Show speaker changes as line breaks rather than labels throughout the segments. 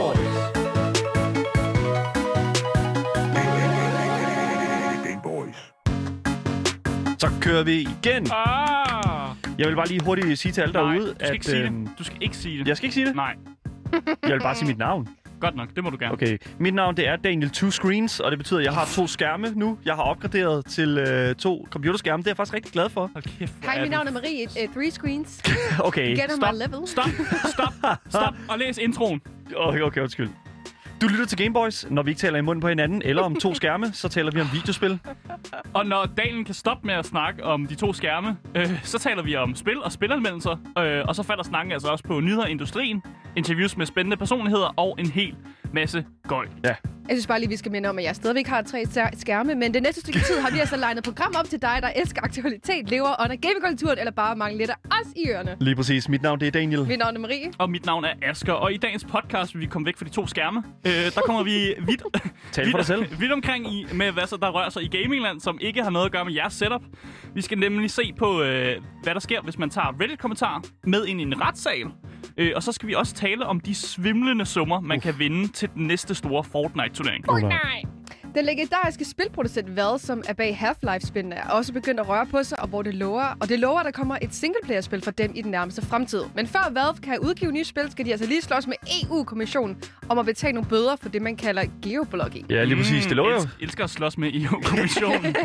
Gameboys.
Så kører vi igen.
Ah,
Jeg vil bare lige hurtigt sige til alle
nej,
derude,
du skal ikke sige
øhm,
det. Du skal ikke sige det.
jeg skal ikke sige det.
Nej,
Jeg vil bare sige mit navn.
godt nok. Det må du gerne.
Okay, mit navn det er Daniel Two Screens, og det betyder, at jeg har to skærme nu. Jeg har opgraderet til øh, to computerskærme. Det er jeg faktisk rigtig glad for.
Hold kæft, hvor
Hej,
er
mit
du-
navn er Marie. Et, uh, three screens.
Okay,
Get on
Stop.
my level.
Stop, stop, stop og læs introen.
okay, okay undskyld. Du lytter til Gameboys. Når vi ikke taler i munden på hinanden eller om to skærme, så taler vi om videospil.
Og når Dalen kan stoppe med at snakke om de to skærme, øh, så taler vi om spil og spilanmeldelser. Øh, og så falder snakken altså også på nyheder i industrien, interviews med spændende personligheder og en hel masse gøj.
Jeg synes bare lige, vi skal minde om, at jeg stadigvæk har tre ser- skærme, men det næste stykke tid har vi altså legnet program op til dig, der elsker aktualitet, lever under gamingkulturen, eller bare mangler lidt af os i ørerne.
Lige præcis. Mit navn det er Daniel.
Mit navn er Marie.
Og mit navn er Asker, og i dagens podcast vil vi komme væk fra de to skærme. Øh, der kommer vi vidt,
Tal for dig selv.
vidt, vidt omkring i, med, hvad så der rører sig i gamingland, som ikke har noget at gøre med jeres setup. Vi skal nemlig se på, øh, hvad der sker, hvis man tager Reddit-kommentarer med ind i en retssal. Øh, og så skal vi også tale om de svimlende summer, man kan vinde til den næste store Fortnite-turnering.
Den legendariske spilproducent Valve, som er bag Half-Life-spillene, er også begyndt at røre på sig, og hvor det lover. Og det lover, at der kommer et singleplayer-spil for dem i den nærmeste fremtid. Men før Valve kan udgive nye spil, skal de altså lige slås med EU-kommissionen om at betale nogle bøder for det, man kalder geoblogging.
Ja, lige præcis. Det lå jo.
elsker, Mm, elsker at slås med EU-kommissionen.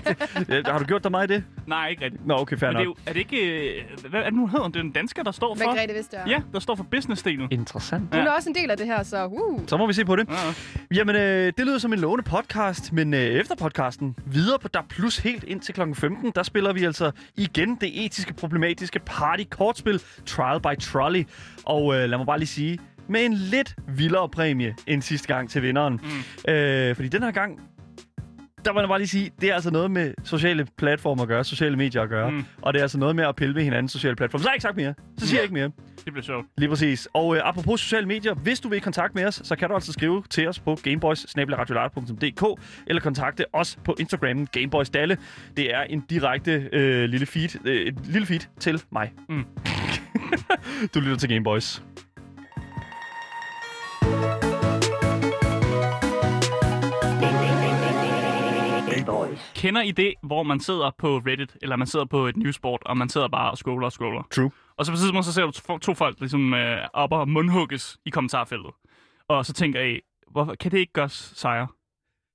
Ja, Har du gjort dig meget i det?
Nej, ikke rigtigt.
Nå, okay, fair
Men det er, jo,
nok.
er det ikke... øh, Hvad er det nu, hun hedder? Det er en dansker, der står for...
Margrethe Vestager.
Ja, der står for business-delen.
Interessant.
Hun er også en del af det her, så uh.
Så må vi se på det.
Ja, ja.
Jamen, øh, det lyder som en lovende podcast, men øh, efter podcasten, videre på Der Plus helt ind til kl. 15, der spiller vi altså igen det etiske problematiske party-kortspil Trial by Trolley. Og øh, lad mig bare lige sige, med en lidt vildere præmie end sidste gang til vinderen. Mm. Øh, fordi den her gang, der må jeg bare lige sige, det er altså noget med sociale platformer at gøre, sociale medier at gøre.
Mm.
Mm. Og det er altså noget med at pille ved hinandens sociale platforme. Så har jeg ikke sagt mere. Så siger jeg ikke mere.
Det bliver sjovt.
Lige præcis. Og øh, apropos sociale medier, hvis du vil i kontakt med os, så kan du altså skrive til os på gameboys eller kontakte os på Instagram gameboysdalle. Det er en direkte øh, lille feed, øh, et lille feed til mig.
Mm.
du lytter til Gameboys.
Kender I det, hvor man sidder på Reddit, eller man sidder på et newsboard, og man sidder bare og scroller og scroller?
True.
Og så på tidspunkt, så ser du to- to folk ligesom øh, op og mundhugges i kommentarfeltet. Og så tænker I, hvorfor kan det ikke gøres sejre?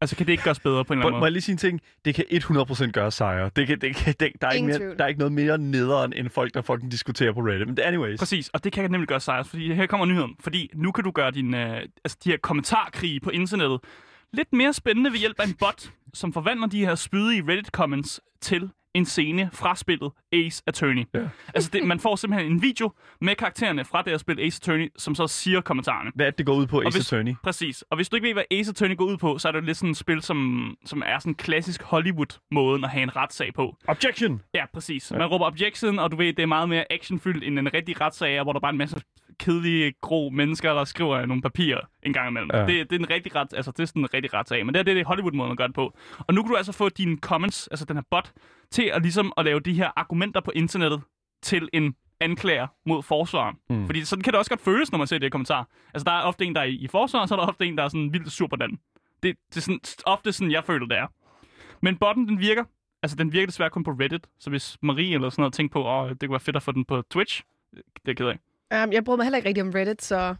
Altså, kan det ikke gøres bedre på en eller
Må,
anden
må jeg
måde?
lige sige en ting? Det kan 100% gøre sejre. Det kan, det kan, det, der, er ikke
Ingen
mere,
tvivl.
der er ikke noget mere nederen end folk, der fucking diskuterer på Reddit. Men anyways.
Præcis, og det kan nemlig gøre sejre, fordi her kommer nyheden. Fordi nu kan du gøre din, øh, altså, de her kommentarkrige på internettet lidt mere spændende ved hjælp af en bot, som forvandler de her spydige Reddit-comments til en scene fra spillet Ace Attorney.
Ja.
Altså, det, man får simpelthen en video med karaktererne fra det her spil Ace Attorney, som så siger kommentarerne.
Hvad er det, det går ud på, Ace
hvis-
Attorney?
Præcis. Og hvis du ikke ved, hvad Ace Attorney går ud på, så er det jo lidt sådan et spil, som, som er sådan klassisk Hollywood-måden at have en retssag på.
Objection!
Ja, præcis. Man råber objection, og du ved, det er meget mere actionfyldt end en rigtig retssag, hvor der bare er en masse kedelige, grå mennesker, der skriver nogle papirer en gang imellem. Ja.
Ja.
Det, det, er en rigtig ret, altså, det er sådan en rigtig retssag, men det er det, er Hollywood-måden at gøre det på. Og nu kan du altså få dine comments, altså den her bot, til at ligesom at lave de her argumenter på internettet til en anklager mod forsvaren. Mm. Fordi sådan kan det også godt føles, når man ser det i kommentarer. Altså, der er ofte en, der er i, i forsvar, og så er der ofte en, der er sådan vildt sur på den. Det, det er sådan, ofte sådan, jeg føler, det er. Men botten, den virker. Altså, den virker desværre kun på Reddit. Så hvis Marie eller sådan noget tænker på, åh, det kunne være fedt at få den på Twitch, det er jeg ked af.
Um, jeg bruger mig heller ikke rigtig om Reddit, så...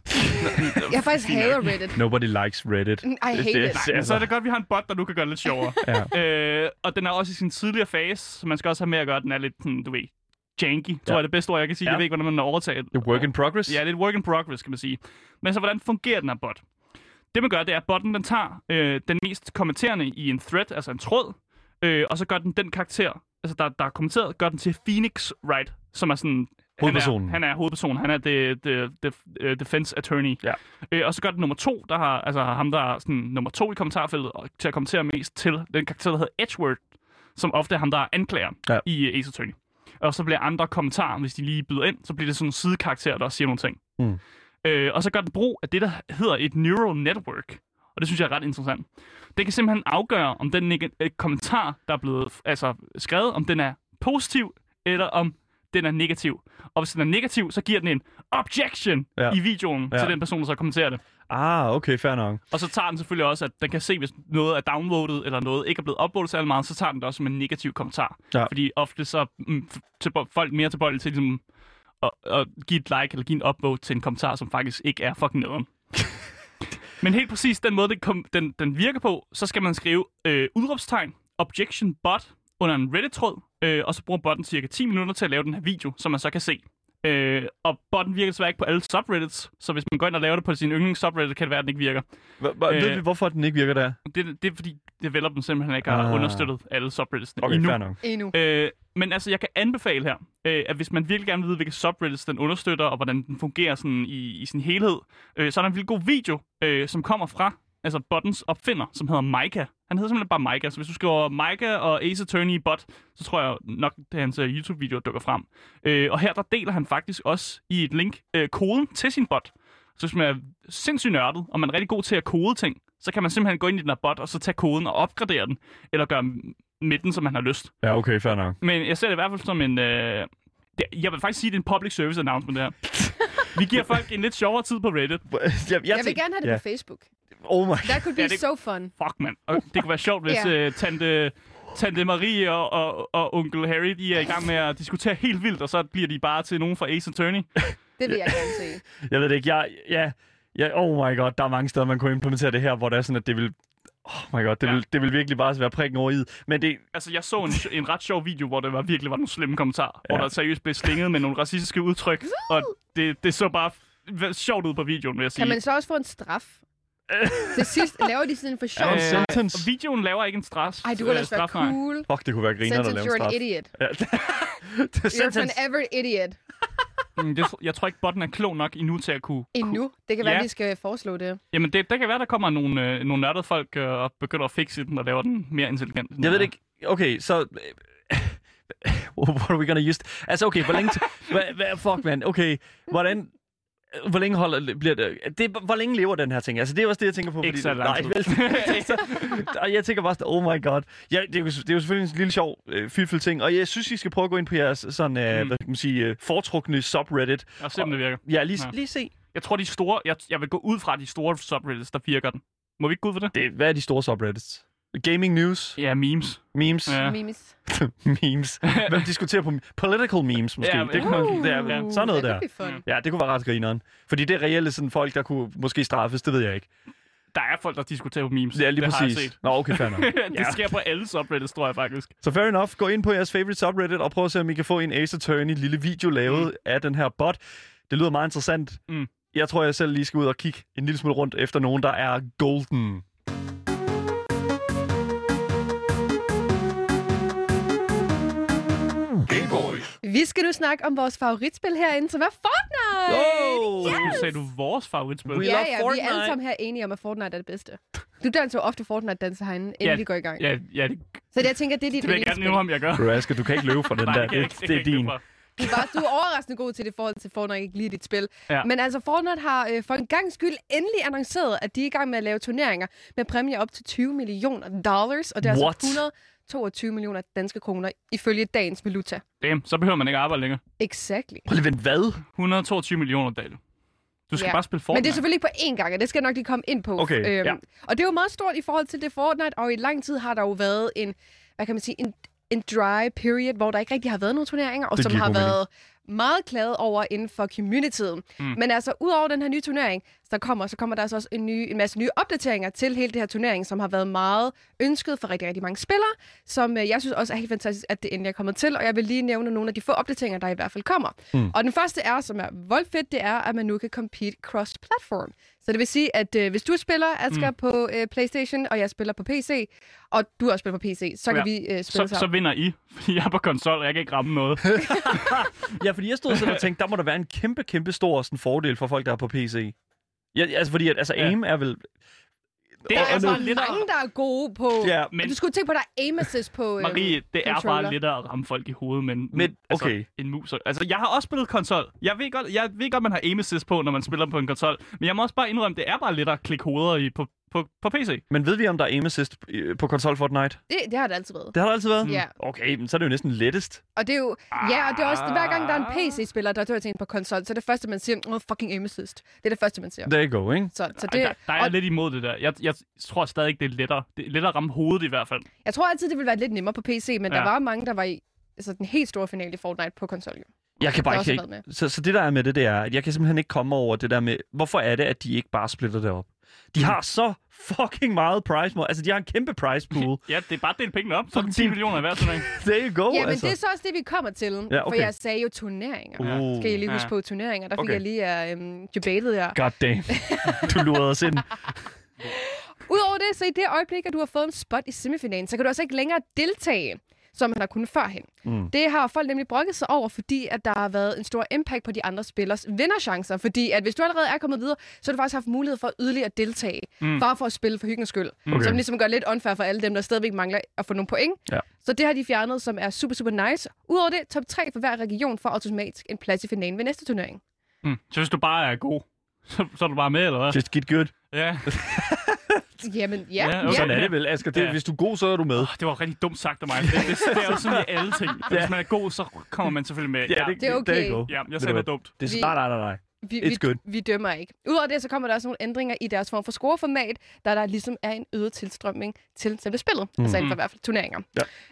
jeg har faktisk hader Reddit.
Nobody likes Reddit.
I hate it.
Nej,
altså-
men så er det godt, at vi har en bot, der nu kan gøre det lidt sjovere.
Ja.
øh, og den er også i sin tidligere fase, så man skal også have med at gøre, at den er lidt, sådan, du ved, janky, tror jeg er det bedste ord, jeg kan sige.
Ja.
Jeg ved ikke, hvordan man overtager
Det er work in progress.
Ja, lidt work in progress, kan man sige. Men så, hvordan fungerer den her bot? Det, man gør, det er, at botten den tager øh, den mest kommenterende i en thread, altså en tråd, øh, og så gør den den karakter, altså der, der er kommenteret, gør den til Phoenix Wright, som er sådan...
Hovedpersonen.
Han er, han er hovedpersonen. Han er the, the, the, the defense attorney.
Ja.
Øh, og så gør den nummer to, der har, altså ham, der er sådan, nummer to i kommentarfeltet, og, til at kommentere mest til den karakter, der hedder Edgeworth, som ofte er ham, der er anklager
Ja.
i øh, Ace Attorney. Og så bliver andre kommentarer, hvis de lige byder ind, så bliver det sådan nogle sidekarakterer, der også siger nogle ting.
Mm.
Øh, og så gør den brug af det, der hedder et neural network. Og det synes jeg er ret interessant. Det kan simpelthen afgøre, om den neg- øh, kommentar, der er blevet altså, skrevet, om den er positiv, eller om den er negativ. Og hvis den er negativ, så giver den en objection
Ja.
ja. i videoen ja.
Ja.
til den person, der så kommenterer det.
Ah, okay, fair nok.
Og så tager den selvfølgelig også, at den kan se, hvis noget er downloadet, eller noget ikke er blevet uploadet særlig meget, så tager den det også som en negativ kommentar.
Ja.
Fordi ofte så mm, f- til folk mere tilbøjelige til ligesom, at, at give et like eller give en upvote til en kommentar, som faktisk ikke er fucking nederen. Men helt præcis den måde, den, kom, den, den virker på, så skal man skrive øh, udråbstegn, objection bot, under en Reddit-tråd, øh, og så bruger botten cirka 10 minutter til at lave den her video, som man så kan se. Øh, og botten virker desværre ikke på alle subreddits, så hvis man går ind og laver det på sin yndlings subreddit, kan det være, at den ikke virker.
Hva- hva- Ved
Øh.
vi, hvorfor den ikke virker der?
Det, det er fordi developeren simpelthen ikke har
Ah.
ah. understøttet alle subreddits okay,
Okay,
endnu.
fair nok.
Endnu.
Øh, men altså, jeg kan anbefale her, øh, at hvis man virkelig gerne vil vide, hvilke subreddits den understøtter, og hvordan den fungerer sådan i, i sin helhed, øh, så er der en vildt god video, øh, som kommer fra altså Buttons opfinder, som hedder Micah. Han hedder simpelthen bare Micah, så hvis du skriver Micah og Ace Attorney Bot, så tror jeg nok, at hans øh, YouTube-video dukker frem. Øh, og her der deler han faktisk også i et link øh, koden til sin bot. Så hvis man er sindssygt nørdet, og man er rigtig god til at kode ting, så kan man simpelthen gå ind i den her bot, og så tage koden og opgradere den, eller gøre med den, som man har lyst.
Ja, okay, fair nok.
Men jeg ser det i hvert fald som en... Øh, det- jeg vil faktisk sige, at det er en public service announcement, det her. Vi giver folk en lidt sjovere tid på Reddit.
Jeg, jeg,
Jeg vil gerne have det
ja.
på Facebook.
Oh my
That could be
Ja, det-
so fun.
Fuck, mand. Og Det kunne være sjovt, hvis
Ja.
yeah. øh, tante, tante Marie og, og, og onkel Harry de er i gang med at diskutere helt vildt, og så bliver de bare til nogen fra Ace Attorney.
Det vil jeg gerne se.
Jeg ved det ikke. Jeg, ja, jeg, oh my god, der er mange steder, man kunne implementere det her, hvor det er sådan, at det vil... Oh my god, det, ja.
Ja.
vil, det vil virkelig bare være prikken over i. Men det,
Altså, jeg så en, en ret sjov video, hvor der var, virkelig var nogle slemme kommentarer, ja.
Ja.
hvor der seriøst blev slinget med nogle racistiske udtryk, og det, det så bare f- sjovt ud på videoen, vil jeg sige.
Kan man så også få en straf? Til sidst laver de sådan en for sjov
Ja,
Øh,
straf.
sentence?
og videoen laver ikke en straf.
Ej, du kunne
øh,
ellers være
straf, nej.
cool.
fuck, det kunne være griner, der
Sentence,
laver
you're
straf.
an idiot.
Ja, det er
You're an
sentence.
ever idiot.
Mm, det, jeg tror ikke, botten er klog nok endnu til at kunne...
Endnu. Det kan være,
Ja.
at vi skal foreslå det.
Jamen, det, der kan være, der kommer nogle, øh, nogle nørdede folk øh, og begynder at fikse den og laver den mere intelligent. end den
Jeg ved
er.
det ikke. Okay, så... øh, What are we gonna use? Altså, okay, hvor længe... Hva, hva, fuck, man. Okay, hvordan... Hvor længe holder, bliver det, det, hvor længe lever den her ting? Altså, det er også det, jeg tænker på.
Ikke så lang
nej,
tid.
vel, altså, og jeg tænker bare, sådan, oh my god. Ja, det, er jo, det er jo selvfølgelig en lille sjov, øh, fiffel ting. Og jeg synes, I skal prøve at gå ind på jeres sådan, øh, mm.
Mm.
hvad skal man sige, øh, foretrukne subreddit.
Og se, om det virker.
Ja, lige, ja.
Ja.
lige se.
Jeg tror, de store... Jeg, jeg vil gå ud fra de store subreddits, der virker den. Må vi ikke gå ud for det?
Det, hvad er de store subreddits? Gaming news,
Ja, memes.
memes,
Ja.
Mimis.
memes. Hvem diskuterer på political memes måske?
Ja,
det kunne man,
Uh.
det er, ja. sådan noget
Ja,
der.
Det bliver fun.
Mm.
Ja, det kunne være ret grineren. Fordi det er reelle sådan folk, der kunne måske straffes, det ved jeg ikke.
Der er folk, der diskuterer på memes.
Det er lige
det
præcis.
Har jeg set.
Nå, okay, fair nok.
det
Ja.
sker på alle subreddits, tror jeg faktisk.
Så fair enough. Gå ind på jeres favorite subreddit og prøv at se, om I kan få en Ace Attorney lille video lavet mm. af den her bot. Det lyder meget interessant.
Mm.
Jeg tror, jeg selv lige skal ud og kigge en lille smule rundt efter nogen, der er golden.
Vi skal nu snakke om vores favoritspil herinde, som er Fortnite!
Oh!
Nu sagde du vores favoritspil.
We
ja,
love
ja, vi er
Fortnite.
alle sammen her enige om, at Fortnite er det bedste. Du danser jo ofte Fortnite-danser herinde, inden
Ja,
vi går i gang.
Ja, ja det,
Så jeg tænker, det er dit
det vil jeg gerne
yndlingsspil.
nævne, om jeg gør.
Du, Asger, du kan ikke løbe fra den
Nej,
der.
det kan jeg ikke-
Det,
det
det
kan
er
jeg
din.
ikke løbe fra.
Du er, bare, du er overraskende god til det i forhold til Fortnite ikke lige dit spil.
Ja.
Men altså, Fortnite har øh, for en gang skyld endelig annonceret, at de er i gang med at lave turneringer med præmier op til 20 millioner dollars, og det er
What?
altså 122 millioner danske kroner ifølge dagens valuta.
Damn, så behøver man ikke arbejde længere.
Exactly.
Prøv lige, vent, hvad?
122 millioner, Dale. Du skal
Ja.
bare spille Fortnite.
Men det er selvfølgelig ikke på én gang, og det skal jeg nok lige komme ind på. Øhm,
Okay, ja.
Og det er jo meget stort i forhold til det Fortnite, og i lang tid har der jo været en, hvad kan man sige, en, en dry period, hvor der ikke rigtig har været nogen turneringer, og
Det
som
giver
har
god mening.
været meget klaget over inden for communityet. Mm. Men altså, udover den her nye turnering, der kommer, så kommer der altså også en, ny, en masse nye opdateringer til hele det her turnering, som har været meget ønsket for rigtig, rigtig mange spillere, som øh, jeg synes også er helt fantastisk, at det endelig er kommet til, og jeg vil lige nævne nogle af de få opdateringer, der i hvert fald kommer. Mm. Og den første er, som er voldfedt, det er, at man nu kan compete cross-platform. Så det vil sige, at øh, hvis du spiller, Asger, mm. på øh, Playstation, og jeg spiller på PC, og du også spiller på PC, så kan
Ja.
vi øh, spille
så,
sammen.
så vinder I, fordi jeg er på konsol, og jeg kan ikke ramme noget.
Ja, fordi jeg stod sådan og tænkte, der må der være en kæmpe, kæmpe stor sådan, fordel for folk, der er på PC. Ja, altså, fordi at, altså,
Ja.
aim er vel...
Det
der
er
er
altså
så
lidt at-
mange, der er gode på...
Ja,
Men...
Men-
Du skulle tænke på, at der er aim assist på... Øh,
Marie, det er
controller.
bare lettere at ramme folk i hovedet, men,
Men,
altså,
okay.
en mus. Altså, jeg har også spillet konsol. Jeg ved, godt, jeg ved godt, man har aim assist på, når man spiller på en konsol. Men jeg må også bare indrømme, det er bare lettere at klikke hoveder i, på, på, på PC.
Men ved vi, om der er aim assist øh, på konsol Fortnite?
Det, det har det altid været.
Det har der altid været?
Ja.
Okay, men så er det jo næsten lettest.
Og det er jo, ja, og det er også, hver gang der er en PC-spiller, der dør til en på konsol, så er det første, man siger, oh, fucking aim assist. Det er det første, man siger.
There you go, ikke?
Så, så
Det,
det,
der, Altså, der er jeg
og
lidt imod det der. Jeg, jeg tror stadig ikke, det er lettere. Det er lettere at ramme hovedet i hvert fald.
jeg tror altid, det ville være lidt nemmere på PC, men ja. der
Ja.
var mange, der var i altså, den helt store finale i Fortnite på konsol. jo.
Jeg kan
Der
bare
er
ikke...
også noget
se- Så, så det, der er med det, det er, at jeg kan simpelthen ikke komme over det der med, hvorfor er det, at de ikke bare splitter det op? De har så fucking meget prize money. Altså, de har en kæmpe prize pool.
Ja, det er bare at dele pengene op. Så er det
Fuck,
10
det-
millioner i hver turnering.
There you go,
Ja, men
altså.
det er så også det, vi kommer til.
Ja, okay.
For jeg sagde jo turneringer.
Uh.
Uh. Skal I lige huske
Ja.
på turneringer? Der fik
Okay.
jeg lige uh, um, debatet jer.
God damn. Du lurede os ind.
Udover det, så i det øjeblik, at du har fået en spot i semifinalen, så kan du altså ikke længere deltage, som man har kunnet førhen. Mm. Det har folk nemlig brokket sig over, fordi at der har været en stor impact på de andre spillers vinderchancer. Fordi at hvis du allerede er kommet videre, så har du faktisk haft mulighed for yderligere at deltage, mm. bare for at spille for hyggens skyld.
Okay.
Okay. Som ligesom gør lidt unfair for alle dem, der stadigvæk mangler at få nogle point.
Ja.
Så det har de fjernet, som er super, super nice. Udover det, top 3 for hver region får automatisk en plads i finalen ved næste turnering.
Mm. Så hvis du bare er god, så, så er du bare med, eller hvad?
Just get good.
Ja.
Jamen, ja.
Ja, okay.
ja.
Sådan er det vel, Asger. Det,
Ja.
Hvis du er god, så er du med.
Det var rigtig dumt sagt af mig. Det, det, det er jo sådan i alle ting. Ja. Hvis man er god, så kommer man selvfølgelig med.
Det er okay.
There you go.
ja
Ved
jeg
du
sagde
hvad?
noget dumt.
Det er,
Vi-
nej, nej, nej, nej.
vi,
It's
vi,
good.
vi dømmer ikke. Udover det, så kommer der også nogle ændringer i deres form for scoreformat, da der ligesom er en øget tilstrømning til selve spillet. Mm. Altså inden for i hvert fald turneringer.
Mhm.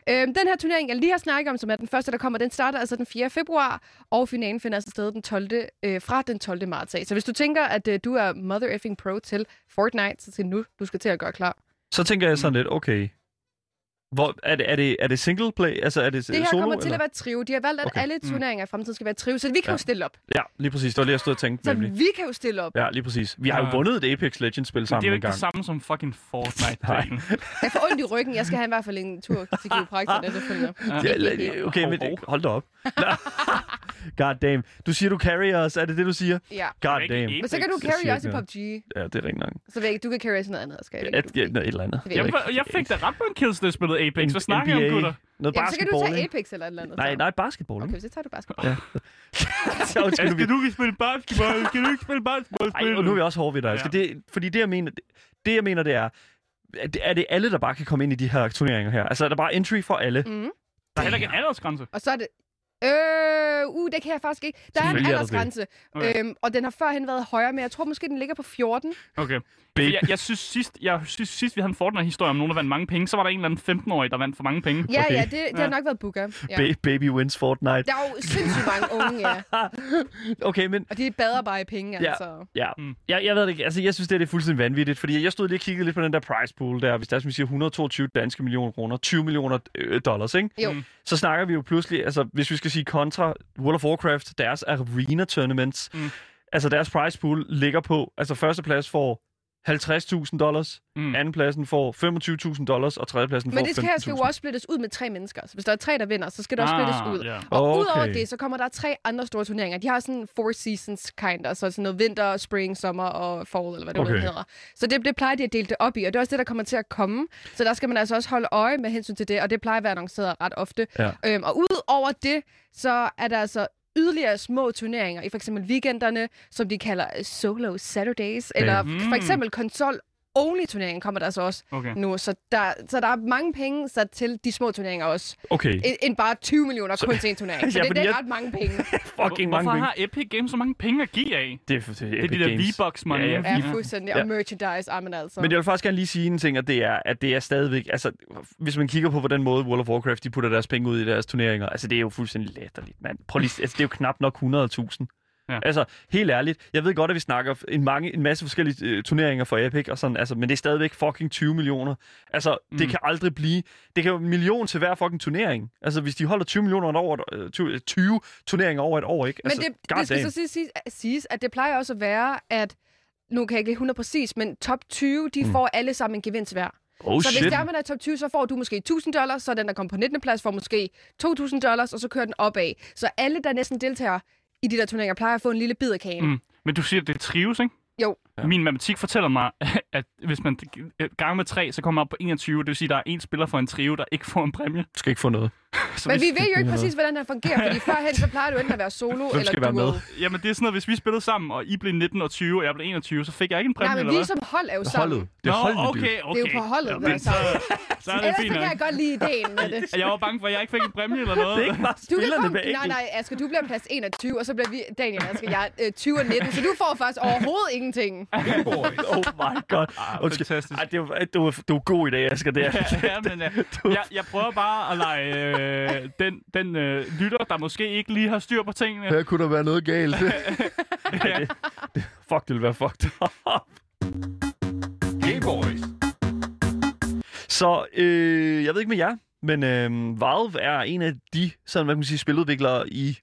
Ja.
Øhm, den her turnering, jeg lige har snakket om, som er den første, der kommer, den starter altså den 4. februar, og finalen finder altså sted den 12. Øh, fra den 12. marts af. Så hvis du tænker, at øh, du er mother effing pro til Fortnite, så skal nu, du skal til at gøre klar.
Så tænker jeg
Mm.
sådan lidt, okay. Hvor, er, det, er, det, er det single play? Altså, er det,
Det her
solo?
kommer til
eller?
at være trio. De har valgt, at
Okay. Mm.
okay. alle turneringer i fremtiden skal være trio, så vi kan ja.
Ja.
jo stille op.
Ja, lige præcis. Det var det, jeg stod og tænkte,
Så
nemlig.
vi kan jo stille op. Ja.
Ja, lige præcis. Vi har jo
Ja.
vundet et Apex Legends-spil
Men det er
sammen
jo
en
ikke
gang.
det samme som fucking Fortnite. Nej.
Jeg får ondt i ryggen. Jeg skal have i hvert fald en tur til kiropraktor, den følger.
Ja, la- okay, men øh,
Hov, hov.
hold da op. God damn. Du siger, du carry os. Er det det, du siger?
Ja.
God
Ikke
damn.
en.
Men så kan
Det
du
siger
carry
ikke
også i
noget.
PUBG.
Ja, det er rigtig nok.
Så ved jeg ikke, du kan carry også noget andet, skal jeg
Ja,
ikke?
ja, noget, et eller andet.
Det ved
Jeg
jeg
ved
Jeg, jeg fik da ret på en kills, det spillede Apex. Hvad
ikke.
snakker jeg om, gutter?
Noget
Jamen, så kan du
basketball,
tage
ikke?
Apex eller et eller andet.
Nej,
så.
nej, basketball, ikke?
Okay, så tager du basketball.
Ja, undskyld, nu er vi-
Altså, Skal du ikke spille basketball? Skal du ikke spille basketball?
Ej, og nu er vi også hårde ved dig. Ja.
Ja.
Det, fordi det, jeg mener, det, jeg mener, det er, at det- er det alle, der bare kan komme ind i de her turneringer her? Altså, er der bare entry for alle? Mm.
Der er heller ikke en aldersgrænse.
Og så er det... Øh, uh, det kan jeg faktisk ikke. Der er en
Selvfølgelig er der
aldersgrænse,
Okay.
øhm, og den har førhen været højere, men jeg tror måske, den ligger på 14.
Okay.
Big.
Jeg, jeg, synes sidst, jeg synes sidst, vi havde en Fortnite-historie om nogen, der vandt mange penge, så var der en eller anden 15-årig, der vandt for mange penge.
Ja,
Okay.
okay. ja, det, det har nok været Booker. Ja.
Ba- baby wins Fortnite.
Der er jo sindssygt mange unge, ja.
Okay, men...
Og de bader bare i penge,
Ja.
altså.
Ja, mm. jeg, jeg ved det ikke. Altså, jeg synes, det, er- det er fuldstændig vanvittigt, fordi jeg stod lige og kiggede lidt på den der prize pool der. Hvis der er, som vi siger, 122 danske millioner kroner, 20 millioner øh, dollars, ikke?
Jo.
Mm.
så snakker vi jo pludselig, altså hvis vi skal sige kontra World of Warcraft, deres arena tournaments, mm. altså deres prize pool ligger på, altså førsteplads får 50.000 dollars, mm.
Mm.
andenpladsen får 25.000 dollars, og tredjepladsen
Men det
får
skal, skal jo
15.000.
også splittes ud med tre mennesker. Så hvis der er tre, der vinder, så skal det også
Ah,
splittes ud.
ja.
Og
Okay.
udover det, så kommer der tre andre store turneringer. De har sådan four seasons kind, altså sådan noget vinter, spring, sommer og fall, eller hvad det
Okay.
okay. hedder. Så det, det plejer de at dele det op i, og det er også det, der kommer til at komme. Så der skal man altså også holde øje med hensyn til det, og det plejer at være annonceret ret ofte.
Ja.
Øhm, og udover det, så er der altså yderligere små turneringer, i for eksempel weekenderne, som de kalder øh, solo Saturdays, eller
Mhm.
for eksempel konsol only turneringen kommer der så også
Okay.
nu, så der, så der er mange penge sat til de små turneringer også,
Okay,
end, end bare 20 millioner kun til en turnering. Så
Ja,
det,
fordi
det er
jeg-
ret mange penge.
fucking mange
Hvorfor
penge.
har Epic Games så mange penge at give af?
Det er, det er,
Det er de der V-Bucks, man.
Ja, ja.
Ja, fuldstændig.
Ja.
Og merchandise, amen altså.
Men jeg vil faktisk gerne lige sige en ting, og det er, at det er stadigvæk, altså, hvis man kigger på, hvordan måde World of Warcraft, de putter deres penge ud i deres turneringer, altså, det er jo fuldstændig latterligt, mand. Prøv lige, altså, det er jo knap nok 100.000. Ja.
Ja.
Altså, helt ærligt, jeg ved godt, at vi snakker en, mange, en masse forskellige øh, turneringer for Epic, og sådan, altså, men det er stadigvæk fucking 20 millioner. Altså,
Mm.
det kan aldrig blive, det kan jo en million til hver fucking turnering. Altså, hvis de holder 20 millioner over, et- øh, 20, øh, 20 turneringer over et år, ikke?
Men
Altså,
det, det skal så siges, siges- siges, at det plejer også at være, at nu kan jeg ikke lige 100 præcis, men top 20, de mm. får alle sammen en gevinst hver.
oh,
så
shit.
hvis der man er i top 20, så får du måske 1000 dollars, så den, der kommer på 19. plads, får måske 2000 dollars, og så kører den opad. Så alle, der næsten deltager i de der turneringer, plejer at få en lille bid af kagen. Mm.
Mm. Men du siger, at det trives, ikke?
Jo,
Ja.
Ja. Min matematik fortæller mig, at hvis man ganger med 3, så kommer man op på 21. Det vil sige, at der er en spiller for en trio, der ikke får en præmie.
Du skal ikke få noget.
Så
Men
hvis,
vi ved jo ikke præcis, hvordan han fungerer, fordi førhen så plejer du enten at være solo
Hvem
eller
skal være
duo.
med?
Jamen, det er sådan noget, hvis vi spillede sammen, og I blev 19 og 20, og jeg blev 21, så fik jeg ikke en præmie,
Nej, men
eller
vi
hvad?
som hold er jo sammen.
Holdet. Det er holdet,
Nå,
dude.
okay, okay.
Det er jo på holdet,
Jamen,
altså.
så, så er det
Ellers
fint
så kan
nok.
jeg godt lide ideen med det.
Jeg var bange for, at jeg ikke fik en præmie eller noget.
Det er ikke bare
Du kan
spillerne
komme,
med
nej, nej, Asger, du bliver plads 21, og så bliver vi, Daniel Asger, jeg er øh, 20 og 19, så du får faktisk overhovedet ingenting.
Oh my god.
Ah,
Undskyld.
fantastisk.
Ej, det var, det var, det var god i dag, Asger. Det er.
Ja, ja, men, øh, jeg, jeg prøver bare at lege øh, den, den øh, lytter, der måske ikke lige har styr på tingene.
Her kunne der være noget galt.
Ja.
Fuck, det ville være fucked up.
Hey boys.
Så øh, jeg ved ikke med jer, men øh, Valve er en af de sådan, hvad kan man sige, spiludviklere i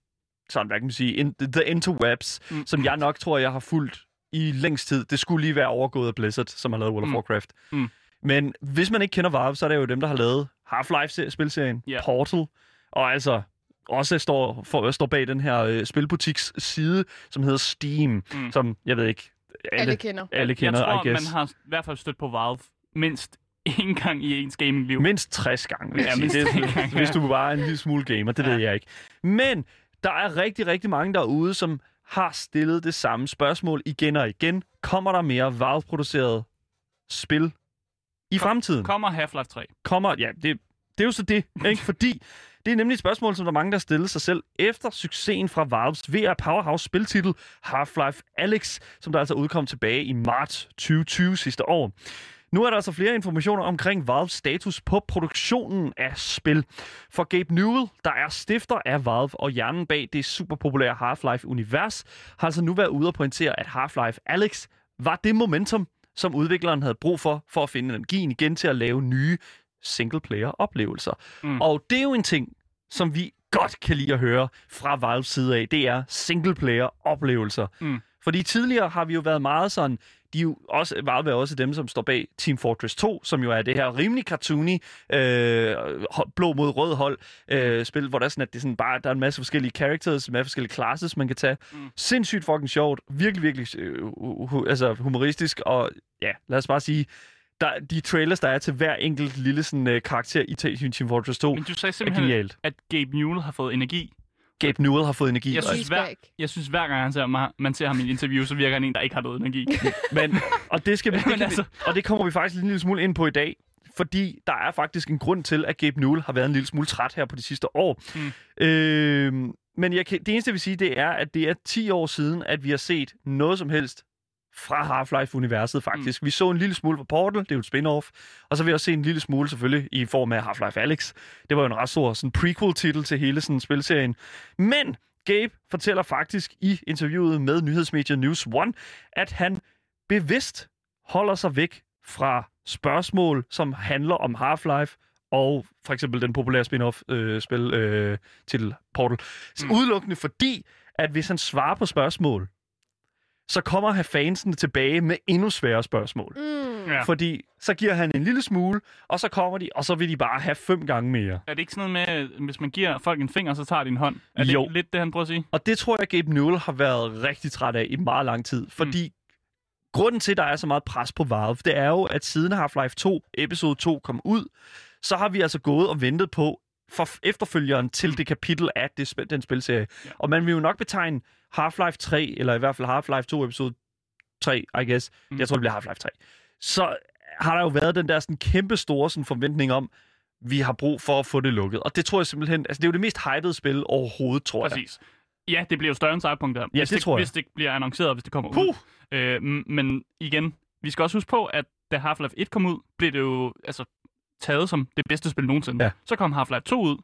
sådan, hvad kan man sige, in, the interwebs, mm.
Mm.
som jeg nok tror, jeg har fulgt i længst tid. Det skulle lige være overgået af Blizzard, som har lavet World of
Mm.
Warcraft.
Mm.
Men hvis man ikke kender Valve, så er det jo dem, der har lavet Half-Life-spilserien,
Ja.
Portal, og altså også står, for, står bag den her øh, spilbutiks side, som hedder Steam, mm.
Mm.
som jeg ved ikke, alle,
Alle
alle,
kender.
alle kender,
jeg tror,
I guess.
man har i hvert fald stødt på Valve mindst én gang i ens gaming-liv.
Mindst 60 gange, vil jeg
Ja,
sige.
mindst
Det er
60
sådan,
gange,
Hvis
ja.
du bare er en lille smule gamer, det ja. ved jeg ikke. Men der er rigtig, rigtig mange derude, som har stillet det samme spørgsmål igen og igen. Kommer der mere Valve-produceret spil i
Kom-
fremtiden?
Kommer Half-Life 3?
Kommer, ja, det, det er jo så det, ikke? Fordi det er nemlig et spørgsmål, som der er mange, der stiller sig selv efter succesen fra Valves VR Powerhouse spiltitel Half-Life Alyx, som der altså udkom tilbage i marts 2020 sidste år. Nu er der altså flere informationer omkring Valves status på produktionen af spil. For Gabe Newell, der er stifter af Valve og hjernen bag det superpopulære Half-Life-univers, har altså nu været ude og pointere, at Half-Life Alyx var det momentum, som udvikleren havde brug for, for at finde energien igen til at lave nye single-player-oplevelser. Mm.
Mm.
Og det er jo en ting, som vi godt kan lide at høre fra Valves side af, det er single-player-oplevelser.
Mm.
Fordi tidligere har vi jo været meget sådan, de er jo også, Valve er også dem, som står bag Team Fortress 2, som jo er det her rimelig cartoony, øh, ho- blå mod rød hold øh, spil, hvor der er sådan, at det er sådan bare, der er en masse forskellige characters, en masse forskellige classes, man kan tage. Mm.
Mm.
Sindssygt fucking sjovt, virkelig, virkelig øh, hu- hu- altså humoristisk, og ja, lad os bare sige, der, de trailers, der er til hver enkelt lille sådan, øh, karakter i Team Team Fortress 2,
Men du sagde
er
simpelthen,
genialt.
at Gabe Newell har fået energi.
Gabe Newell har fået energi.
Jeg
og-
synes, hver, jeg synes hver gang, han ser mig, man ser ham i et interview, så virker han en, der ikke har noget energi.
Men, og, det skal vi, det
Men
kan
altså-
vi, og det kommer vi faktisk en lille smule ind på i dag, fordi der er faktisk en grund til, at Gabe Newell har været en lille smule træt her på de sidste år. Mm. Øh, men jeg kan, det eneste, jeg vil sige, det er, at det er 10 år siden, at vi har set noget som helst fra Half-Life-universet faktisk. Mm. Vi så en lille smule fra Portal, det er jo et spin-off, og så har vi også set en lille smule selvfølgelig i form af Half-Life Alyx. Det var jo en ret stor sådan, prequel-titel til hele sådan, spilserien. Men Gabe fortæller faktisk i interviewet med nyhedsmediet News One, at han bevidst holder sig væk fra spørgsmål, som handler om Half-Life og for eksempel den populære spin-off øh, spil øh, til Portal. Mm.
Mm.
Udelukkende fordi, at hvis han svarer på spørgsmål, så kommer han fansene tilbage med endnu sværere spørgsmål.
Mm.
ja.
Ja. Fordi så giver han en lille smule, og så kommer de, og så vil de bare have fem gange mere.
Er det ikke sådan noget med, at hvis man giver folk en finger, så tager de en hånd? Er det
Jo.
ikke lidt det, han prøver at sige?
Og det tror jeg, Gabe Newell har været rigtig træt af i meget lang tid. Fordi mm. grunden til, at der er så meget pres på Valve, det er jo, at siden Half-Life 2, episode 2, kom ud, så har vi altså gået og ventet på for efterfølgeren til det kapitel af det, spil- den spilserie. Ja.
Ja.
Og man vil jo nok betegne Half-Life 3, eller i hvert fald Half-Life 2 episode 3, I guess. Mm.
Mm.
Jeg tror, det bliver Half-Life 3. Så har der jo været den der sådan kæmpe store sådan forventning om, vi har brug for at få det lukket. Og det tror jeg simpelthen, altså det er jo det mest hypede spil overhovedet, tror jeg.
Præcis. Ja, det bliver jo større end Cyberpunk der. Ja, hvis
det tror jeg.
Hvis det bliver annonceret, og hvis det kommer
Puh!
ud. Øh, m- men igen, vi skal også huske på, at da Half-Life 1 kom ud, blev det jo altså, taget som det bedste spil nogensinde.
Ja.
Så kom Half-Life 2 ud,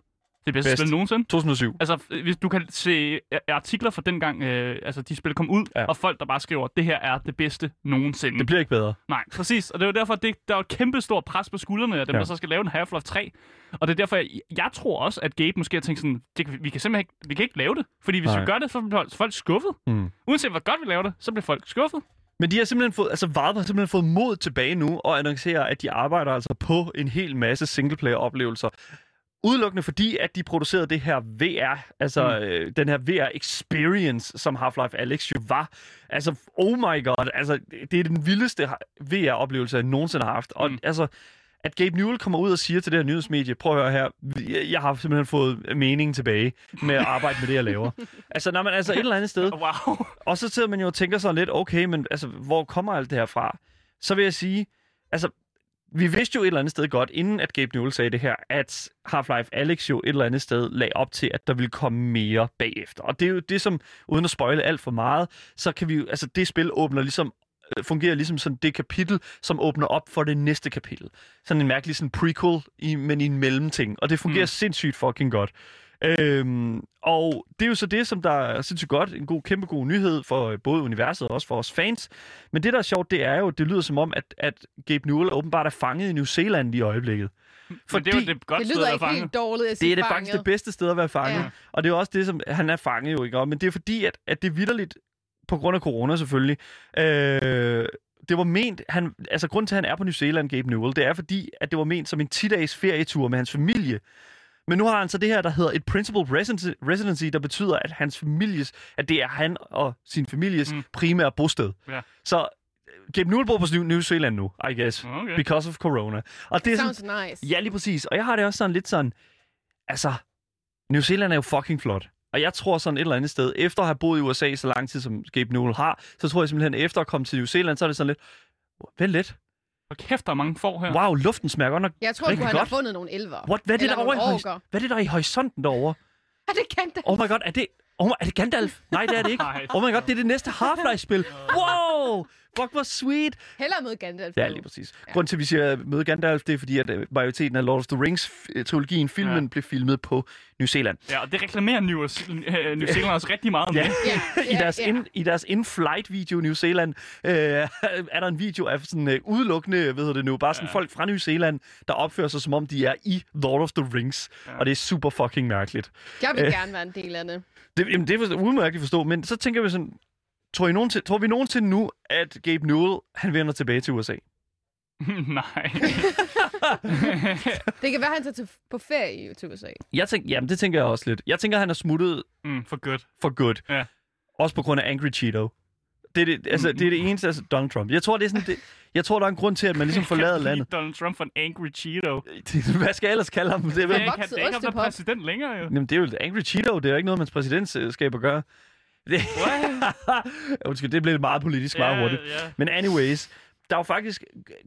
det bedste
Bedst.
Best. spil nogensinde.
2007.
Altså, f- hvis du kan se øh, artikler fra dengang, øh, altså de spil kom ud,
Ja.
ja. og folk, der bare skriver, det her er det bedste nogensinde.
Det bliver ikke bedre.
Nej, præcis. Og det er jo derfor, det, der er jo et kæmpe stort pres på skuldrene af dem,
Ja.
ja. der så skal lave en Half-Life 3. Og det er derfor, jeg, jeg tror også, at Gabe måske har tænkt sådan, det, kan- vi kan simpelthen ikke, vi kan ikke lave det. Fordi hvis
Nej.
Nej. vi gør det, så bliver folk- folk skuffet.
Mm.
Uanset hvor godt vi laver det, så bliver folk skuffet.
Men de har simpelthen fået, altså Valve har simpelthen fået mod tilbage nu og annoncerer, at de arbejder altså på en hel masse singleplayer-oplevelser. udelukkende fordi, at de producerede det her VR, altså mm. øh, den her VR-experience, som Half-Life Alex jo var. Altså, oh my god, altså, det er den vildeste VR-oplevelse, jeg nogensinde har haft. Og
Mm.
mm. altså, at Gabe Newell kommer ud og siger til det her nyhedsmedie, prøv at høre her, jeg- jeg har simpelthen fået meningen tilbage med at arbejde med det, jeg laver. altså, når man altså et eller andet sted,
Wow.
og så sidder man jo og tænker sig lidt, okay, men altså, hvor kommer alt det her fra? Så vil jeg sige, altså, vi vidste jo et eller andet sted godt, inden at Gabe Newell sagde det her, at Half-Life Alex jo et eller andet sted lag op til, at der ville komme mere bagefter. Og det er jo det, som, uden at spoile alt for meget, så kan vi jo, altså det spil åbner ligesom øh, fungerer ligesom sådan det kapitel, som åbner op for det næste kapitel. Sådan en mærkelig sådan prequel, i, men i en mellemting. Og det fungerer
Mm.
mm. sindssygt fucking godt. Øhm, og det er jo så det, som der er sindssygt godt, en god, kæmpe god nyhed for øh, både universet og også for os fans. Men det, der er sjovt, det er jo, det lyder som om, at, at Gabe Newell åbenbart er fanget i New Zealand i øjeblikket.
Fordi... Men det er jo det godt
Det
sted
lyder
at være
ikke
fanget.
helt dårligt at sige
Det er det faktisk det
fanget.
bedste sted at være fanget.
Ja.
Ja. Og det er også det, som han er fanget jo ikke om. Men det er fordi, at, at det er vidderligt, på grund af corona selvfølgelig, øh, det var ment, han, altså grunden til, at han er på New Zealand, Gabe Newell, det er fordi, at det var ment som en 10-dages ferietur med hans familie. Men nu har han så det her, der hedder et principal residency, residency der betyder, at hans families, at det er han og sin families
Mm.
mm. primære bosted.
Ja.
Så øh, Gabe Newell bor på New Zealand nu, I guess,
Mm. Okay.
because of corona. Og det er sådan,
Sounds nice.
Ja, lige præcis. Og jeg har det også sådan lidt sådan, altså, New Zealand er jo fucking flot. Og jeg tror sådan et eller andet sted, efter at have boet i USA så lang tid, som Gabe Newell har, så tror jeg simpelthen, efter at komme til New Zealand, så er det sådan lidt, vent lidt,
Og kæft, der er mange får her.
wow, luften smager godt nok.
Jeg tror, du
Rigtig
han har
godt.
fundet nogle elver.
What, hvad, er det
Eller
der over i
nogle
horis-
orker.
hvad er det der i horisonten derovre?
Er det kendt?
Oh my god, er det, oh my, er det Gandalf? Nej, det er det ikke.
Nej.
Oh my god, det er det næste Half-Life-spil. Wow, fuck hvor sweet.
Hellere mod Gandalf.
Ja, lige præcis. Grunden til, at vi siger møde Gandalf, det er fordi, at øh, majoriteten af Lord of the Rings-trilogien, filmen,
Ja.
ja. blev filmet på New Zealand.
Ja, og det reklamerer New, øh, New Zealand også rigtig meget om.
Ja.
det.
Ja,
I deres,
ja.
in, I deres in-flight video i New Zealand øh, er der en video af sådan øh, udelukkende, ved det nu, bare sådan
Ja.
ja. folk fra New Zealand, der opfører sig som om de er i Lord of the Rings.
Ja.
Ja. Og det er super fucking mærkeligt.
Jeg
Øh.
vil gerne være en del af det.
Det, jamen, det er udmærkeligt at forstå, men så tænker vi sådan, tror, I nogensinde, tror vi nogensinde nu, at Gabe Newell, han vender tilbage til USA?
Nej.
Det kan være, han tager til, på ferie i USA.
Jeg tænker, jamen det tænker jeg også lidt. Jeg tænker, han er smuttet
mm, for godt.
for good.
Ja.
Også på grund af Angry Cheeto. Det er det, altså, det, er det eneste, altså Donald Trump. Jeg tror, det er sådan, det, jeg tror, der er en grund til, at man ligesom forlader landet.
Donald Trump for en angry Cheeto.
Hvad skal jeg ellers kalde ham? Det er,
Det
vel...
er ikke, han, det
vokset
er ikke ham, der er
ostepop.
præsident længere, jo.
Jamen, det er jo Angry Cheeto. Det er jo ikke noget, med hans præsidentskab at gøre. Det... Undskyld, det blev meget politisk meget hurtigt.
Ja,
Men anyways, der er jo faktisk...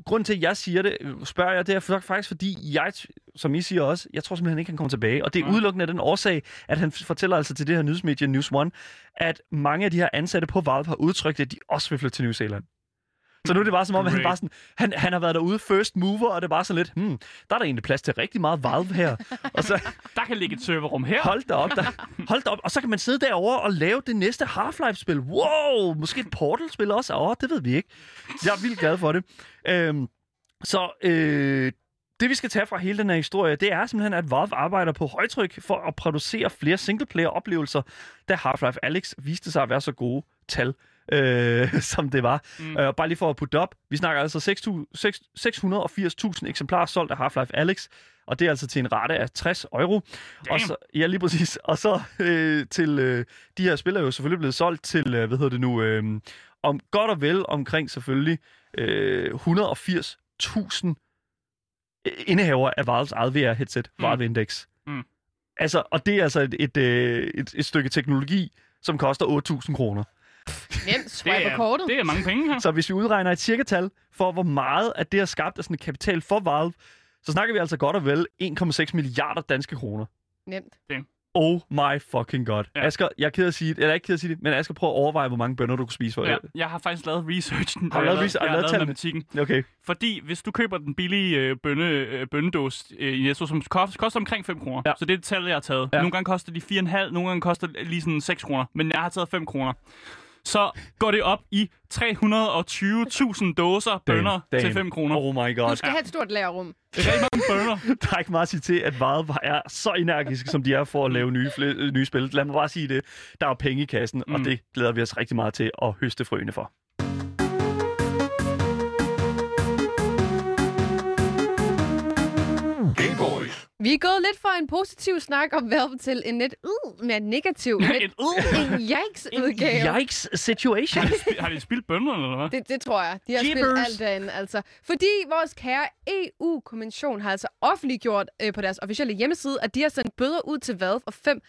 grund til, at jeg siger det, spørger jeg, det er fak- faktisk, fordi jeg, som I siger også, jeg tror simpelthen ikke, han kommer tilbage. Og det er
Nej.
udelukkende af den årsag, at han fortæller altså til det her nyhedsmedie News One, at mange af de her ansatte på Valve har udtrykt, at de også vil flytte til New Zealand. Så nu er det bare som om, at han,
Great.
bare sådan, han, han har været derude first mover, og det er bare sådan lidt, hmm, der er der egentlig plads til rigtig meget Valve her. og så,
Der kan ligge et serverrum her.
Hold da op, der, hold da op. Og så kan man sidde derovre og lave det næste Half-Life-spil. Wow, måske et Portal-spil også. Åh, det ved vi ikke. Jeg er vildt glad for det. Øhm, så øh, det, vi skal tage fra hele den her historie, det er simpelthen, at Valve arbejder på højtryk for at producere flere singleplayer-oplevelser, da Half-Life Alex viste sig at være så gode tal. Øh, som det var.
Mm.
Mm. Øh, bare lige for at putte det op. Vi snakker altså 6.000 6- 680.000 eksemplarer solgt af Half-Life Alex, og det er altså til en rate af 60 euro. Og
Damn.
så, ja, lige præcis. Og så øh, til øh, de her spil er jo selvfølgelig blevet solgt til, øh, hvad hedder det nu, øh, om godt og vel omkring selvfølgelig øh, 180.000 øh, indehaver af Valve's eget VR-headset,
Mm.
Valve Index.
Mm.
Altså, og det er altså et, et, øh, et, et stykke teknologi, som koster 8.000 kroner.
Nemt
Det
swipe
er,
kortet.
det er mange penge her.
Så hvis vi udregner et cirkatal for, hvor meget at det har skabt af sådan et kapital for Valve, så snakker vi altså godt og vel 1,6 milliarder danske kroner.
Nemt.
Oh my fucking god.
Ja.
Ja. Asger, jeg er ked af at sige det, eller ikke ked af at sige det, men Asger, prøv at overveje, hvor mange bønder du kunne spise for.
Ja,
Ja.
jeg har faktisk lavet researchen.
Har du lavet research-
Jeg
har
har
du lavet
lavet
tallene?
matematikken.
Okay.
Fordi hvis du køber den billige øh, bønne, øh, bønnedås øh, i Netto, som koster, koster omkring 5 kroner, ja.
Ja.
så det er det tal, jeg har taget. Ja.
Ja.
Nogle gange koster de 4,5, nogle gange koster det lige sådan 6 kroner, men jeg har taget 5 kroner. Så går det op i 320.000 dåser bønner
Damn.
til 5 kroner.
Oh my
Du
god.
skal have et stort lagerrum.
Det er rigtig mange bønner.
Der er ikke meget at sige til, at Valve er så energiske, som de er for at lave nye, fl- øh, nye spil. Lad mig bare sige det. Der er penge i kassen, mm. og
Mm.
det glæder vi os rigtig meget til at høste frøene for.
Gay Boys.
Vi er gået lidt fra en positiv snak om Valve til en lidt uh, mere negativ, lidt
Et ud.
en yikes-udgave.
Yikes situation.
Har de spildt bønderne, eller hvad?
Det, det tror jeg. De har spillet
Jeepers.
alt derinde, altså. Fordi vores kære EU-kommission har altså offentliggjort øh, på deres officielle hjemmeside, at de har sendt bøder ud til Valve og fem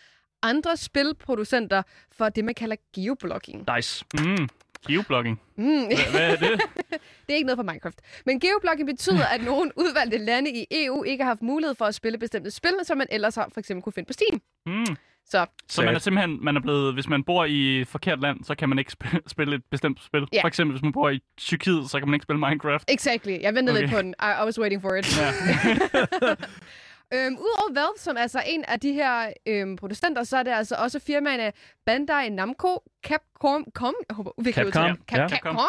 andre spilproducenter for det, man kalder geoblocking.
Nice.
Mm. Geoblogging.
Mm.
Hvad er det?
Det er ikke noget for Minecraft. Men geoblocking betyder, at nogle udvalgte lande i EU ikke har haft mulighed for at spille bestemte spil, som man ellers har for eksempel kunne finde på Steam.
Mm.
Så
Så man er simpelthen man er blevet, hvis man bor i et forkert land, så kan man ikke sp- spille et bestemt spil.
Ja.
For eksempel, hvis man bor i Tyrkiet, så kan man ikke spille Minecraft.
Exactly. Jeg ventede okay. lidt
Okay.
på den. I, I was waiting for it.
Ja.
Øhm, Udover Valve, som altså er en af de her øhm, producenter, så er det altså også firmaerne Bandai Namco, Capcom, Com, jeg håber, vi kan
Capcom,
udtale det. Cap-
ja.
Capcom,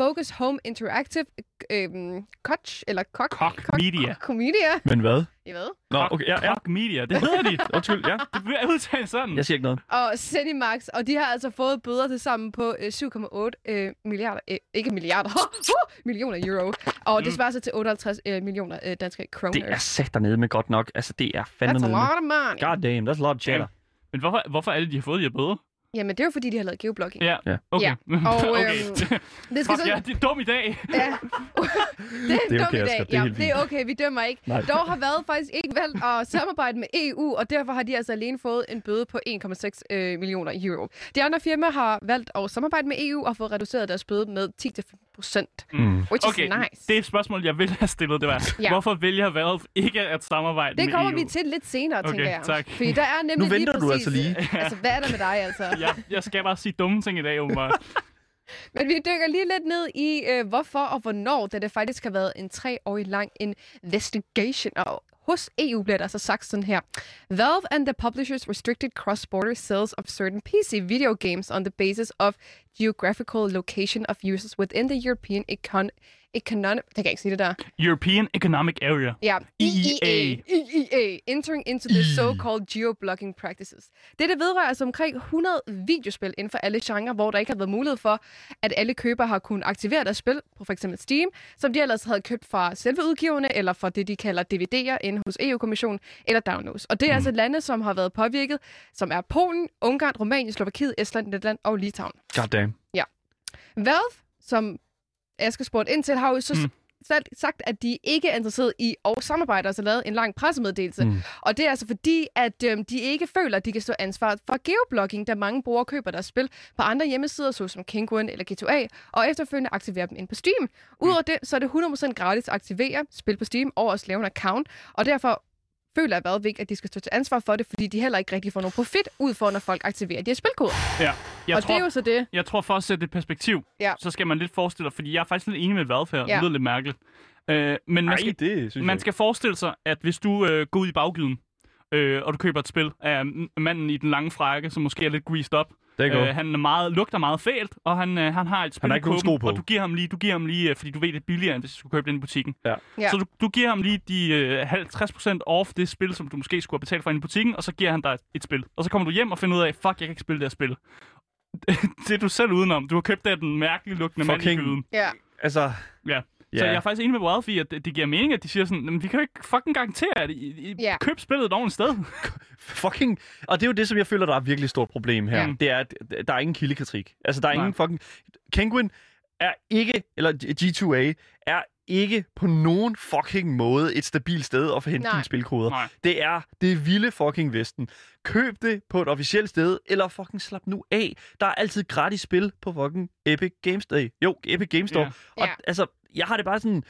Focus Home Interactive, øhm, Koch, eller Kok,
Koch Media.
Koch Media,
Men hvad?
I ved.
Nå, okay, ja, ja.
Fuck media, det hedder de.
Undskyld, ja.
Det bliver udtalt sådan.
Jeg siger ikke noget.
Og Cinemax, og de har altså fået bøder til sammen på øh, 7,8 øh, milliarder, øh, ikke milliarder, uh, millioner euro. Og det svarer så til 58 øh, millioner øh, danske kroner.
Det er sat dernede med godt nok. Altså, det er fandme
That's a
nede med.
lot of money.
God damn, that's a lot of chatter.
Men hvorfor, hvorfor er det, de har fået de her bøde?
Jamen, det er jo fordi, de har lavet geoblocking.
Ja,
Ja.
okay.
Ja, og,
okay.
øhm,
det
Det skal så...
ja, det er dum i dag.
Ja. det er en
Det er
dum
okay,
i dag.
Asger. Det er
ja,
helt
det er okay, vi dømmer ikke.
Nej.
Nej. Dog har været faktisk ikke valgt at samarbejde med EU, og derfor har de altså alene fået en bøde på 1,6 øh, millioner euro. De andre firmaer har valgt at samarbejde med EU og fået reduceret deres bøde med 10-15 procent,
Mm.
which
Okay,
is nice.
det er et spørgsmål, jeg ville have stillet, det var.
Ja.
Hvorfor vælger Valve ikke at samarbejde
det
med E
E
kommer
EU?
vi til lidt senere,
Okay,
tænker jeg.
tak.
Fordi der er nemlig
Nu venter
lige
du
præcis,
altså lige.
øh, Altså, hvad er der med dig, altså?
Jeg, jeg skal bare sige dumme ting i dag, åbenbart.
Men vi dykker lige lidt ned i, øh, hvorfor og hvornår, da det faktisk har været en treårig lang investigation. Og hos EU bliver der altså sagt sådan her. Valve and the publishers restricted cross-border sales of certain PC video games on the basis of geographical location of users within the European econ economic... Det kan jeg ikke sige det der.
European Economic Area.
Ja, E
EEA.
EEA. Entering into the so-called geo-blocking practices. Dette vedrører altså omkring 100 videospil inden for alle genrer, hvor der ikke har været mulighed for, at alle købere har kunnet aktivere deres spil på f.eks. Steam, som de ellers havde købt fra selve udgiverne, eller fra det, de kalder DVD'er inde hos EU-kommissionen, eller downloads. Og det er altså lande, som har været påvirket, som er Polen, Ungarn, Rumænien, Slovakiet, Estland, Letland og Litauen.
God damn.
Valve, som Aske spurgte ind til, har jo så
Mm.
mm. sagt, at de ikke er interesseret i at samarbejde, og så lavet en lang pressemeddelelse.
Mm.
Mm. Og det er altså fordi, at øhm, de ikke føler, at de kan stå ansvaret for geoblogging, da mange brugere køber deres spil på andre hjemmesider, såsom Kinguin eller G2A, og efterfølgende aktiverer dem ind på Steam.
Mm.
Udover det, så er det 100% gratis at aktivere spil på Steam og også lave en account, og derfor føler Valve ikke, at de skal stå til ansvar for det, fordi de heller ikke rigtig får nogen profit ud for, når folk aktiverer de her spilkoder.
Ja. Jeg
og
tror,
det er jo så det.
jeg tror for at sætte et perspektiv,
Ja.
så skal man lidt forestille sig, fordi jeg er faktisk lidt enig med Valve her. Ja.
Ja.
Det lyder lidt mærkeligt. Øh, men man skal,
det synes
man skal forestille sig, at hvis du øh, går ud i baggyden, øh, og du køber et spil af m- manden i den lange frakke, som måske er lidt greased up,
Det går.
Øh, han er meget, lugter meget fælt, og han, øh, han har et spil
har
i
ikke nogen
kåben,
sko på.
Og du giver ham lige, du giver ham lige øh, fordi du ved, det er billigere, end hvis du skulle købe den i butikken.
Ja.
Ja.
Så du, du giver ham lige de øh, 50% off det spil, som du måske skulle have betalt for inde i butikken, og så giver han dig et, et spil. Og så kommer du hjem og finder ud af, fuck, jeg kan ikke spille det her spil. det er du selv udenom. Du har købt det af den mærkelige lugtende mand i
Fucking-
gyden.
Ja.
Altså,
Ja.
Ja.
Så jeg er faktisk enig med Wild i, at det, det giver mening, at de siger sådan, "Jamen, vi kan jo ikke fucking garantere, at I, I
Ja.
køb spillet et ordentligt sted.
fucking... Og det er jo det, som jeg føler, der er et virkelig stort problem her.
Ja.
Det er, at der er ingen kildekritik. Altså, der er
Nej.
ingen fucking... Penguin er ikke... Eller G2A er ikke på nogen fucking måde et stabilt sted at forhente
Nej.
dine spilkoder.
Nej.
Det er det vilde fucking Vesten. Køb det på et officielt sted, eller fucking slap nu af. Der er altid gratis spil på fucking Epic Games Day. Jo, Epic Games Store.
Ja.
Og
Ja.
altså, jeg har det bare sådan...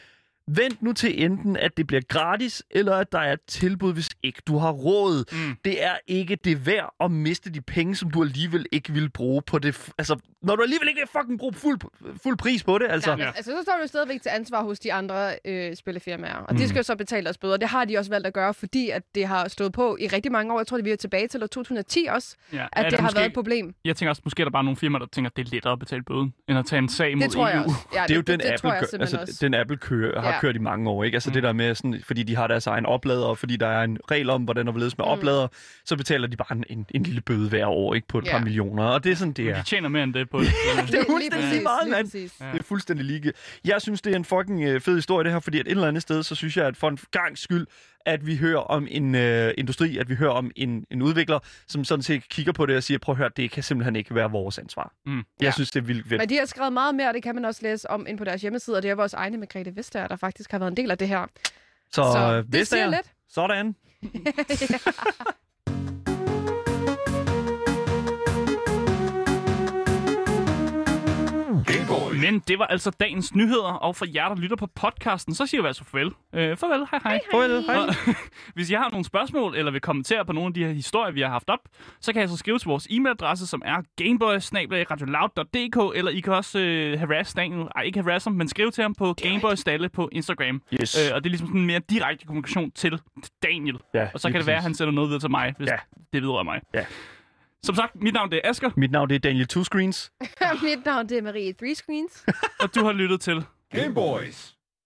Vent nu til enten, at det bliver gratis, eller at der er et tilbud, hvis ikke du har råd.
Mm.
Det er ikke det værd at miste de penge, som du alligevel ikke vil bruge på det. f- Altså, når du alligevel ikke vil fucking bruge fuld, fuld pris på det, altså.
Nej, men, altså, så står du jo stadigvæk til ansvar hos de andre øh, spillefirmaer, og mm. de skal jo så betale deres bøder. Det har de også valgt at gøre, fordi at det har stået på i rigtig mange år. Jeg tror, det vi er tilbage til år 2010 også,
Ja.
at det,
Er
det
der
har
måske-
været et problem.
Jeg tænker også, måske er der bare nogle firmaer, der tænker, at det er lettere at betale bøden, end at tage en sag mod E
Det tror
EU.
jeg også. Ja,
det er jo den,
det, det
Apple,
tror jeg
kø-
simpelthen
altså,
også.
den Apple kører, har
Ja. Mm.
kørt i mange år. Ikke? Altså det der med, sådan, fordi de har deres egen oplader, og fordi der er en regel om, hvordan der vil
Mm.
ledes med oplader, så betaler de bare en, en, en lille bøde hver år ikke? på et
Ja.
par millioner. Og det er sådan, det
Men
er.
De tjener mere end det på det.
Det er
lige
fuldstændig
præcis,
meget,
lige
mand.
præcis.
Det er fuldstændig lige. Jeg synes, det er en fucking øh, fed historie, det her, fordi at et eller andet sted, så synes jeg, at for en gang skyld, at vi hører om en øh, industri, at vi hører om en, en udvikler, som sådan set kigger på det og siger, prøv at høre, det kan simpelthen ikke være vores ansvar.
Mm.
Jeg synes, det er vildt vildt.
Men de har skrevet meget mere, og det kan man også læse om ind på deres hjemmeside, og det er vores egne Margrethe Vestager, der faktisk har været en del af det her.
Så, øh,
så
så
det siger lidt.
Sådan.
Game Boys.
Men det var altså dagens nyheder, og for jer, der lytter på podcasten, så siger vi altså farvel. Øh, farvel, hej hej. hej,
Farvel, hej.
Hvis jeg har nogle spørgsmål, eller vil kommentere på nogle af de her historier, vi har haft op, så kan jeg så skrive til vores e-mailadresse, som er gameboys eller I kan også øh, harass Daniel. Ej, ikke harass ham, men skrive til ham på Gameboys Stalle på Instagram.
Yes.
Øh, og det er ligesom sådan en mere direkte kommunikation til Daniel.
Ja,
og så
lige
kan det være, at
præcis.
han sender noget videre til mig, hvis
Ja.
ja. det vedrører mig.
Ja.
Som sagt, mit navn det er Asger,
Mit navn det er Daniel Two Screens.
Mit navn det er Marie Three Screens.
og du har lyttet til
Game Boys.